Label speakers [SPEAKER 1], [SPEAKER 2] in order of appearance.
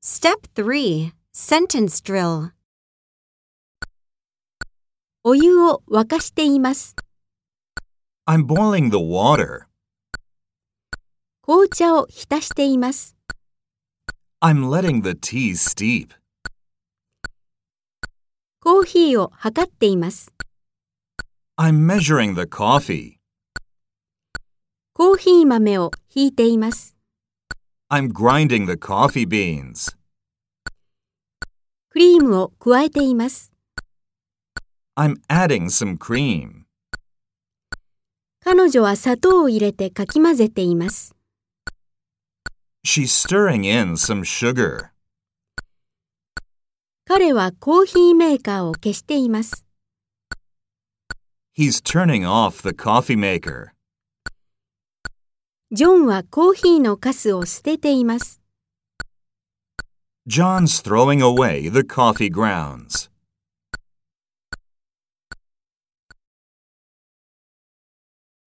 [SPEAKER 1] Step 3 Sentence Drill お湯を沸かしています。
[SPEAKER 2] I'm boiling the water.
[SPEAKER 1] 紅茶を浸しています。
[SPEAKER 2] I'm letting the tea steep.
[SPEAKER 1] コーヒーを測っています。
[SPEAKER 2] I'm measuring the coffee.
[SPEAKER 1] コーヒー豆をひいています。
[SPEAKER 2] I'm grinding the coffee beans.
[SPEAKER 1] クリームを加えています。
[SPEAKER 2] I'm adding some cream.
[SPEAKER 1] 彼女は砂糖を入れてかき混ぜています。
[SPEAKER 2] She's stirring in some sugar.
[SPEAKER 1] 彼はコーヒーメーカーを消しています。
[SPEAKER 2] He's turning off the coffee maker.
[SPEAKER 1] ジョンはコーヒーのカスを捨てています。
[SPEAKER 2] John's throwing away the coffee grounds.